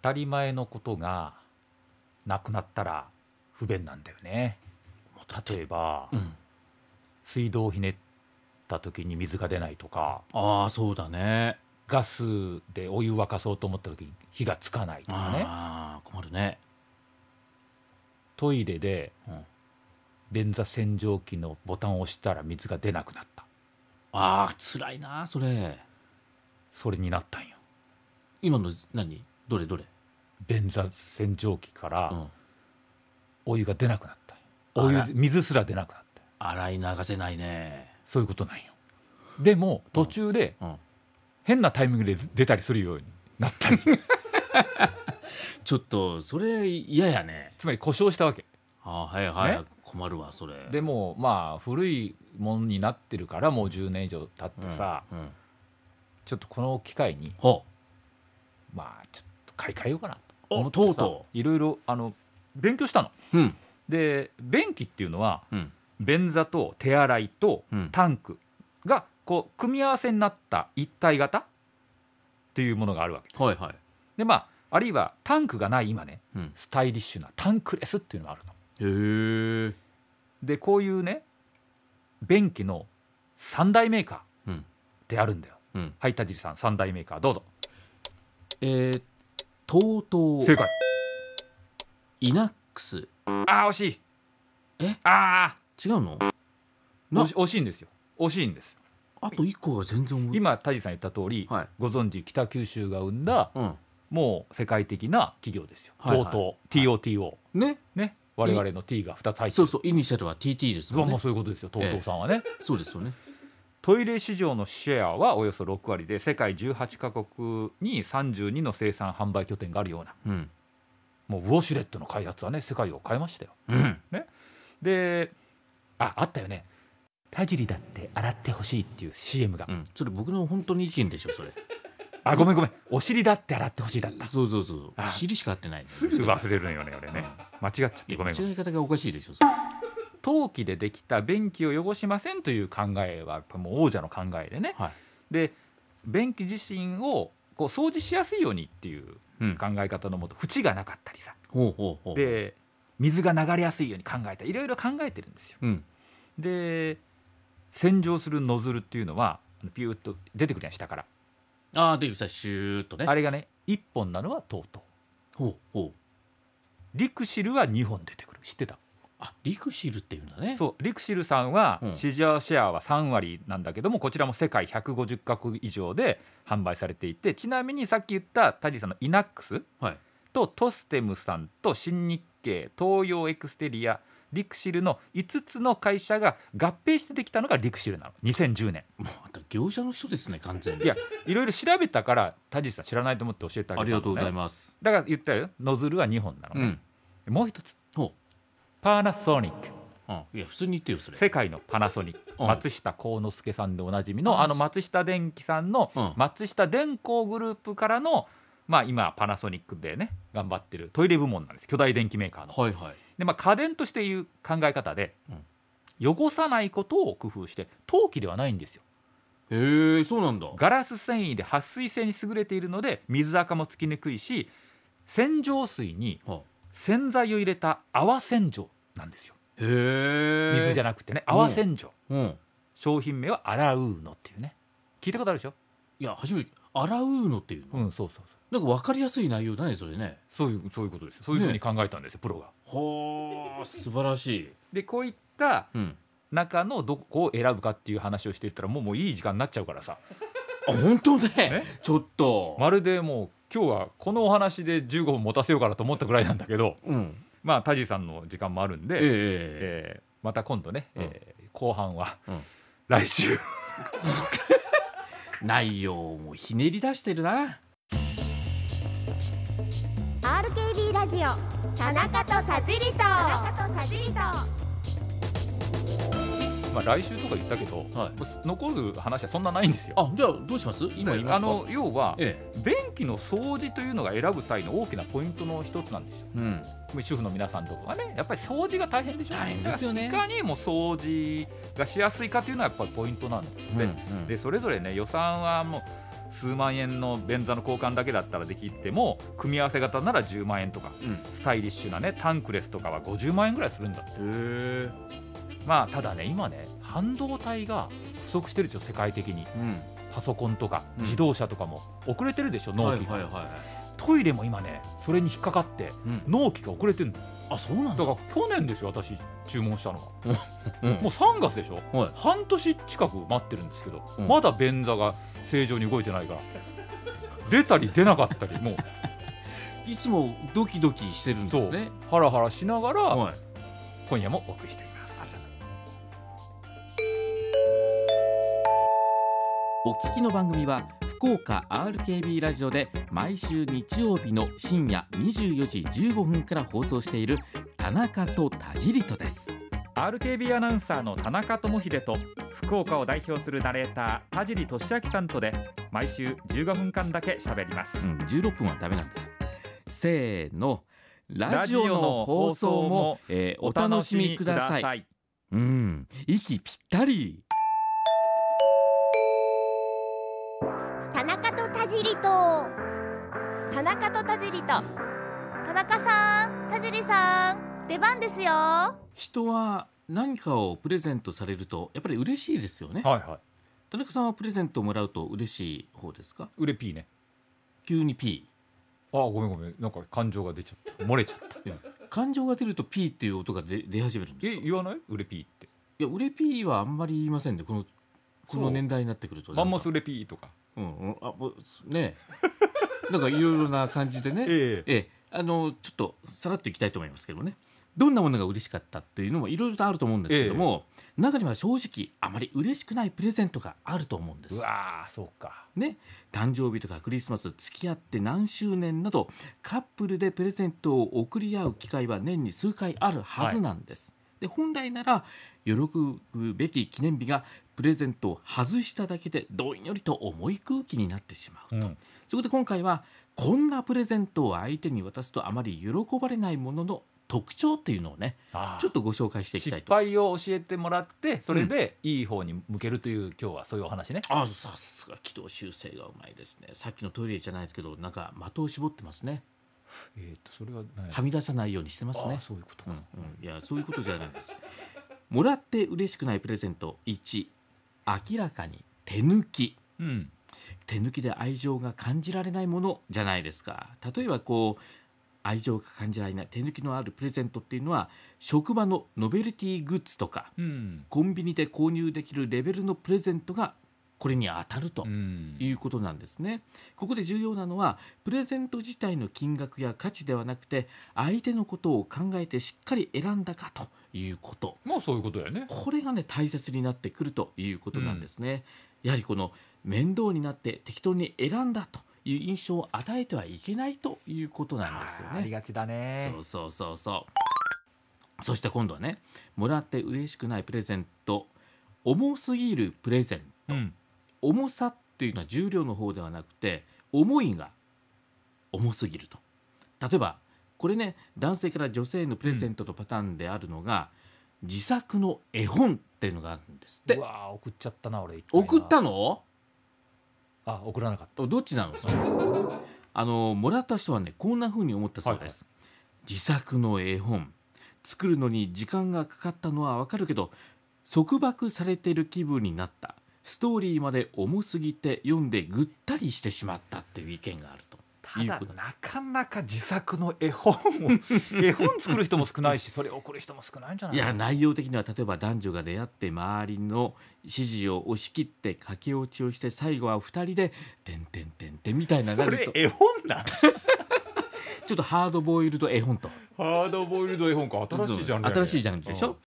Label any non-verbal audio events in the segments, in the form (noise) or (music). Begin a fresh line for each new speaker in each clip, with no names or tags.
たり前のことがなくなったら不便なんだよね例えば、
うん、
水道をひねった時に水が出ないとか
ああそうだね
ガスでお湯沸かそうと思った時に火がつかないとかね
ああ困るね、
トイレで
うん、
便座洗浄機のボタンを押したら水が出なくなった
ああ辛いなそれ
それになったんよ
今の何どれどれ、
便座洗浄機か
う
ら
ん、
お湯が出なくなったんよお
あら
湯水すら出なくなった
洗い流せないね
そういうことなんよでも途中で
うん
変なタイミングで出たりするようになったり
ちょっとそれ嫌やね
つまり故障したわけ
ああはいはい、
ね
困るわそれ
でもまあ古いものになってるからもう10年以上経ってさ、
うんうん
ちょっとこの機会に
ほ
まあちょっと買い替えようかなと
お
思って
と
さ
うと
いろいろあの勉強したの。
ううん
で便器っていうのは
うん
便座と手洗いと
うん
タンクがこう組み合わせになった一体型っていうものがあるわけ。
はいはい
でまああるいはタンクがない今ね
うん
スタイリッシュなタンクレスっていうのがあるの。
へえ
でこういうね便器の三大メーカー
うん
であるんだよ。
うん
はい、田尻さん、三大メーカー、どうぞ。
えー、とうとう
正解。
イナックス
ああ、惜しい。
え
あ
違うの
あ、
な
惜し惜しいんですよ。惜しいんですよ。
あと一個が全然思い
今、田尻さん言った通り、
はい
ご存知、北九州が生んだ、
うん
もう世界的な企業ですよ。
はいはい
TOTO、TOTO、
ね
ね、我々の T が二つ入ってる。
そうそうイニシャルは TT です
ま
も
あ
ん
ま
ね
あそういうことですよ、TOTO さんはね。
そうですよね
トイレ市場のシェアはおよそ6割で、世界18カ国に32の生産販売拠点があるような、
うん
もうウォシュレットの開発はね、世界を変えましたよ。
うん
でああったよね「田尻だって洗ってほしい」っていう CM が、
うんそれ僕の本当に意見でしょそれ
あごめんごめんお尻だって洗ってほしいだった
そうそうそう
あ
尻しか合ってない
すぐ忘れるのよね俺ね間違っちゃってごめんごめん
違い方がおかしいでしょそれ
陶器でできた便器を汚しませんという考えはやっぱもう王者の考えでね、
はい
で便器自身をこう掃除しやすいようにっていう
うん
考え方のもと縁がなかったりさ
ほうほうほう
で水が流れやすいように考えたりいろいろ考えてるんですよ
うん
で洗浄するノズルっていうのはピューッと出てくるやん下から
ああでさシューッとね
あれがね1本なのはとうとう
ほうほう
リクシルは2本出てくる知ってた
あリクシルっていうんだね
そうリクシルさんは
うん
市場シェアは3割なんだけどもこちらも世界150カ国以上で販売されていてちなみにさっき言ったタジさんのイナックス
はい
とトステムさんと新日経東洋エクステリアリクシルの5つの会社が合併してできたのがリクシルなの2010年
もうまた業者の人ですね完全に
いやいろいろ調べたからタジさん知らないと思って教えてあげた
ありがとうござい
す
ます
だから言ったよノズルは2本なの
う
ね、
ん
もう一つ
ほ
パナソニック
ううんいや普通に言ってよそれ
世界のパナソニック、
うん
松下幸之助さんでおなじみ
うん
のあの松下電機さんの
うん
松下電工グループからの、まあ、今パナソニックでね頑張ってるトイレ部門なんです巨大電機メーカーの。
はいはい
で、まあ、家電としていう考え方で、
うん
汚さないことを工夫して陶器ではないんですよ。
へえそうなんだ
ガラス繊維で撥水性に優れているので水垢もつきにくいし洗浄水に
は
洗剤を入れた泡洗浄なんですよ。
へえ
水じゃ
な
なくてね
うん
泡洗浄。
うん
商品名は「洗うの」っていうね聞いたことあるでしょ
いや初めて洗うのっていうの
うんそうそうそう
なんか分かりやすい内容だねそれね
そういうそういうことですよそういうふうに考えたんですよ、プロが
はあ素晴らしい
でこういった
うん
中のどこを選ぶかっていう話をしていったらもうもういい時間になっちゃうからさ
あ本当ね
ね
ちょっと、
まるでもう今日はこのお話で15分持たせようかなと思ったぐらいなんだけど
うん
まあタジさんの時間もあるん
え
で、
え
え
ええ
ーまた今度ね、
うん
えー後半は、
うん
(laughs) 来週
内容もひねり出してるな
RKB ラジオ田中と田尻と田中と田尻と
まあ来週とか言ったけど、
はい
もう残る話はそんなないんですよ。
あじゃあどうします今言いますか
あの要は、
え
便器の掃除というのが選ぶ際の大きなポイントの一つなんですよ
えうん
主婦の皆さんとかはねやっぱり掃除が大変でしょ
大変ですよね
だからいかにも掃除がしやすいかというのはやっぱりポイントなんです
う
ね
ん
でそれぞれね予算はもう数万円の便座の交換だけだったらできても組み合わせ型なら10万円とか
うん
スタイリッシュなねタンクレスとかは50万円ぐらいするんだって
へえ
まあただね今ね半導体が不足してるでしょ世界的に
うん
パソコンとか
うん
自動車とかも遅れてるでしょ、納
はい
期が、
はいはい
トイレも今ねそれに引っかかって
うん
納期が遅れてるんだだ
あそうなん
か
だ
ら去年でしょ私注文したのは
うん
もう3月でしょ、
はい
半年近く待ってるんですけど、
うん
まだ便座が正常に動いてないから出たり出なかったりもう
いつもドキドキしてるんで
そう
すね
ハラハラしながら、
はい
今夜もお送りしています
お聞きの番組は福岡 RKB ラジオで毎週日曜日の深夜24時15分から放送している田中と田尻とです
RKB アナウンサーの田中智秀と福岡を代表するナレーター田尻俊明さんとで毎週15分間だけ喋ります
うん、16分はダメなんだせーのラジオの放送も、えーお楽しみください
い
うん息ぴったり
田中と田尻と田中と田尻と田中さん田尻さん出番ですよ
人は何かをプレゼントされるとやっぱり嬉しいですよね
はいはい
田中さんはプレゼントをもらうと嬉しい方ですか
うれピーね
急に P
あごめんごめんなんか感情が出ちゃった漏れちゃった
感情が出ると P っていう音が出出始めるんです
え
か
言わないうれピーって
いや俺 P はあんまり言いませんねこのこ
そ
の
う
年代になってくると
マンモ
も
スうれピーとか
うんうんあもうね (laughs) なんかいろいろな感じでね
ええ
ええあのちょっとさらっといきたいと思いますけどねどんなものが嬉しかったっていうのもいろいろとあると思うんですけども、中には正直あまり嬉しくないプレゼントがあると思うんです
うわーそうか
誕生日とかクリスマス付き合って何周年などカップルでプレゼントを贈り合う機会は年に数回あるはずなんです、で本来なら喜ぶべき記念日がプレゼントを外しただけでどんよりと重い空気になってしまうと、
うん
そこで今回はこんなプレゼントを相手に渡すとあまり喜ばれないものの特徴っていうのをね
あ
ちょ
ー
っとご紹介していきた
失
いと
敗を教えてもらってそれでいい方に向けるという、今日はそういうお話ね
あさすが軌道修正がうまいですねさっきのトイレじゃないですけどなんか的を絞ってますね
えっとそれはね
はみ出さないようにしてます
あ
ね
ー。そういうこと
う
か、
んうん、いやそういうことじゃないんです。もらって嬉しくないプレゼント1明らかに手抜き
うん、
手抜きで愛情が感じられないものじゃないですか例えばこう愛情が感じられない手抜きのあるプレゼントっていうのは職場のノベルティグッズとか
うん
コンビニで購入できるレベルのプレゼントがこれに当たると
うん
いうことなんですね。ここで重要なのはプレゼント自体の金額や価値ではなくて相手のことを考えてしっかり選んだかということ
まあそういうことだよね。
これがね大切になってくるということなんですね。やはりこの面倒になって適当に選んだという印象を与えてはいけないということなんですよ
あーあり
ね。
がちだね
そう。そうそうそう。そして今度はねもらって嬉しくないプレゼント重すぎるプレゼント
うん。
重さっていうのは重量の方ではなくて思いが重すぎると例えばこれね男性から女性へのプレゼントのパターンであるのが、自作の絵本っていうのがあるんですって
うわあ送っちゃったな俺。
送った
の？
の
あ送らなかっ
どっちなのそれあのもらった人はねこんな風に思ったそうです、自作の絵本作るのに時間がかかったのはわかるけど束縛されてる気分になったストーリーまで重すぎて読んでぐったりしてしまったっていう意見があると
た。
いい
ただ
こと
なかなか自作の絵
(laughs)
本を絵本作る人も少ないし、それを送る人も少ないんじゃないいの？
や内容的には例えば男女が出会って周りの支持を押し切って駆け落ちをして最後は2人で「てんてんてんてん」みたいなな
そ
る
れ
と
絵本な
ちょっとハードボイルド絵本と
の？ハードボイルド絵本か新しいジャンル、ね。
新しいジャンルでしょ、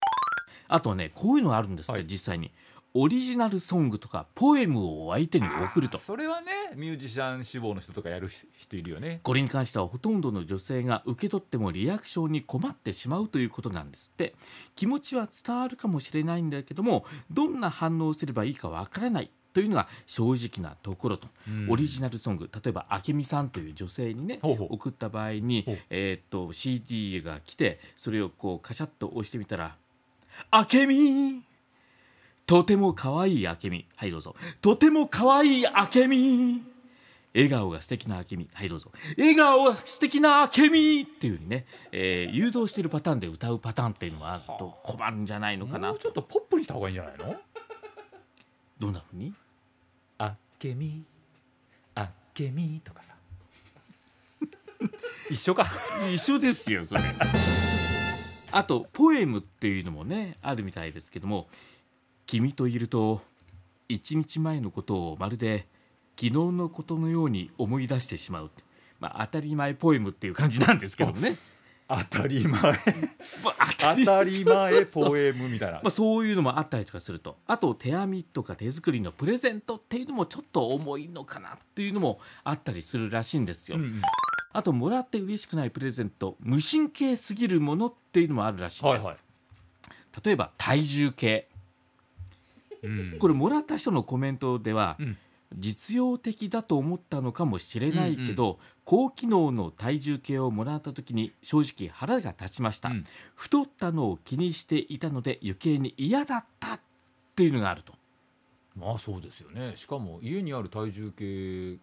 あとはねこういうのがあるんですって、
はい
実際にオリジナルソングとかポエムを相手
う
に
ん。
送ると
それはねミュージシャン志望の人とかやる人いるよね。
これに関してはほとんどの女性が受け取ってもリアクションに困ってしまうということなんですって気持ちは伝わるかもしれないんだけどもどんな反応をすればいいかわからないというのが正直なところと、オリジ
ナ
ナルソング例えば明美さんという女性にね
ル。ほうほう。
送った場合に
お、
えーっと CD が来てそれをこうカシャッと押してみたら「あけみとても可愛いあけみはいどうぞとても可愛いあけみ笑顔が素敵なあけみはいどうぞ笑顔が素敵なあけみっていうふうにね、えー誘導しているパターンで歌うパターンっていうのはあると困るんじゃないのかな
もうちょっとポップにした方がいいんじゃないの
どんなふうに
あけみあけみとかさ一緒か
(laughs) 一緒ですよそれあとポエムっていうのもねあるみたいですけども「君といると一日前のことをまるで昨日のことのように思い出してしまう」まあ当たり前ポエムっていう感じなんですけどもね
当たり
(laughs)
前
まあ
当たり前
そうそうそう
ポエムみたいな
(laughs) まあ、そういうのもあったりとかするとあと手編みとか手作りのプレゼントっていうのもちょっと重いのかなっていうのもあったりするらしいんですよ、
うんうん
あともらって嬉しくないプレゼント無神経すぎるものっていうのもあるらしいん
は
で
い
す、
はい、
例えば体重計
うん
これもらった人のコメントでは、
うん
実用的だと思ったのかもしれないけど、高機能の体重計をもらった時に正直腹が立ちました、
うん
太ったのを気にしていたので余計に嫌だったっていうのがあると
まあそうですよねしかも家にある体重計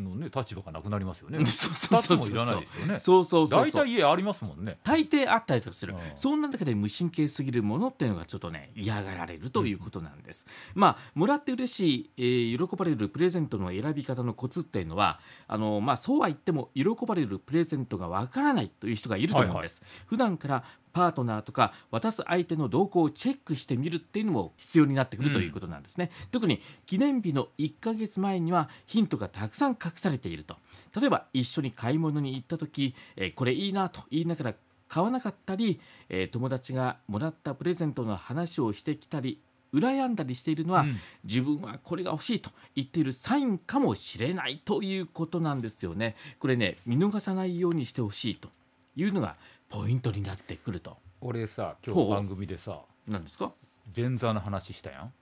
のね立場がなくなりますよね
(laughs) そうそう
2つ
そう
もい
そう
らないですよね
そうそうそう
大
そう
体家ありますもんね
大抵あったりとかする、
うん
そんな中で無神経すぎるものっていうのがちょっとね嫌がられるということなんです、まあもらって嬉しい、えー喜ばれるプレゼントの選び方のコツっていうのはあの、まあ、そうは言っても喜ばれるプレゼントがわからないという人がいると思うんです、普段からパートナーとか渡す相手の動向をチェックしてみるっていうのも必要になってくるということなんですね、特に記念日の1ヶ月前にはヒントがたくさん隠されていると例えば一緒に買い物に行った時、えーこれいいなと言いながら買わなかったり、えー友達がもらったプレゼントの話をしてきたり羨んだりしているのは、
うん
自分はこれが欲しいと言っているサインかもしれないということなんですよね。これね見逃さないようにしてほしいというのがポイントになってくると。
俺さ今
ほう
日番組でさ
なんですか
便座の話したやん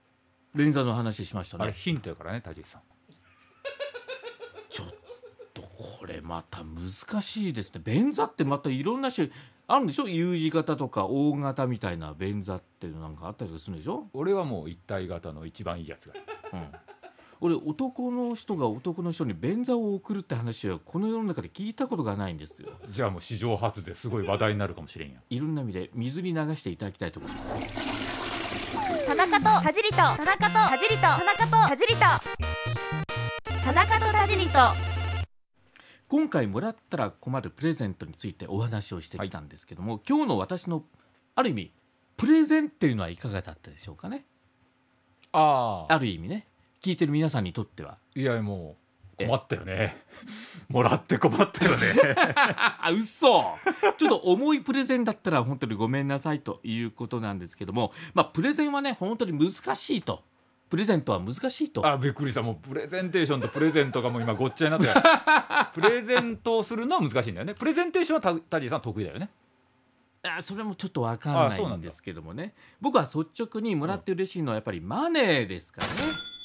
連座の話しました
あれ
ね。
ヒントやからね田尻さん
ちょっとこれまた難しいですね。便座ってまたいろんな種類あるんでしょ ?U 字型とか O 型みたいな便座ってなんかあったりとかするんでしょ、
俺はもう一体型の一番いいやつが (laughs)
うん、俺男の人が男の人に便座を送るって話はこの世の中で聞いたことがないんですよ。
じゃあもう史上初ですごい話題になるかもしれんやん
いろんな意味で水に流していただきたいと思います。
田中と田尻と田中と田尻と田中と田尻と田中と田尻と
今回もらったら困るプレゼントについてお話をしてきたんですけども、今日の私のある意味プレゼンっていうのはいかがだったでしょうかね
あ
ある意味ね聞いてる皆さんにとっては
いやもう困ったよ (laughs) ねもらって困ったよね
あ嘘ちょっと重いプレゼンだったら本当にごめんなさいということなんですけども、まあ、プレゼンはね本当に難しいとプレゼントは難しいと
あびっくりしたもうプレゼンテーションとプレゼントがもう今ごっちゃにな (laughs) ってるプレゼントをするのは難しいんだよねプレゼンテーションは田田尻さん得意だよね
あそれもちょっとわかんな
あそうない
ん
んだ
ですけどもね僕は率直にもらって嬉しいのはやっぱりマネーですからね。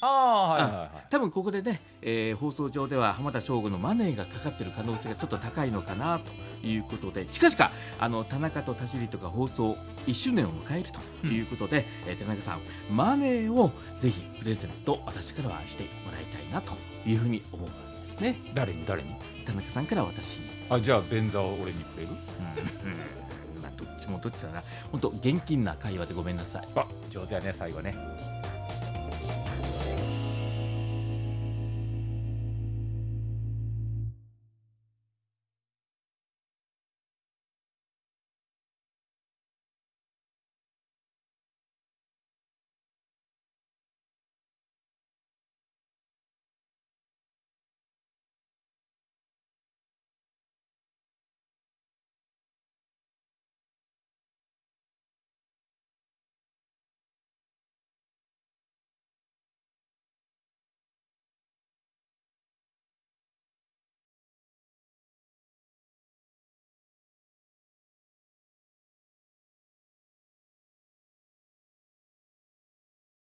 ああはいはいはい
多分ここでね、えー放送上では浜田省吾のマネーがかかってる可能性がちょっと高いのかなということで近々あの田中と田尻とか放送1周年を迎えるということで、えー田中さんマネーをぜひプレゼント私からはしてもらいたいなというふうに思うわけですね
誰に誰に
田中さんから私に、
あじゃあ便座を俺にくれる
(laughs) まあどっちもどっちだな本当現金な会話でごめんなさい
あ上手やね最後ね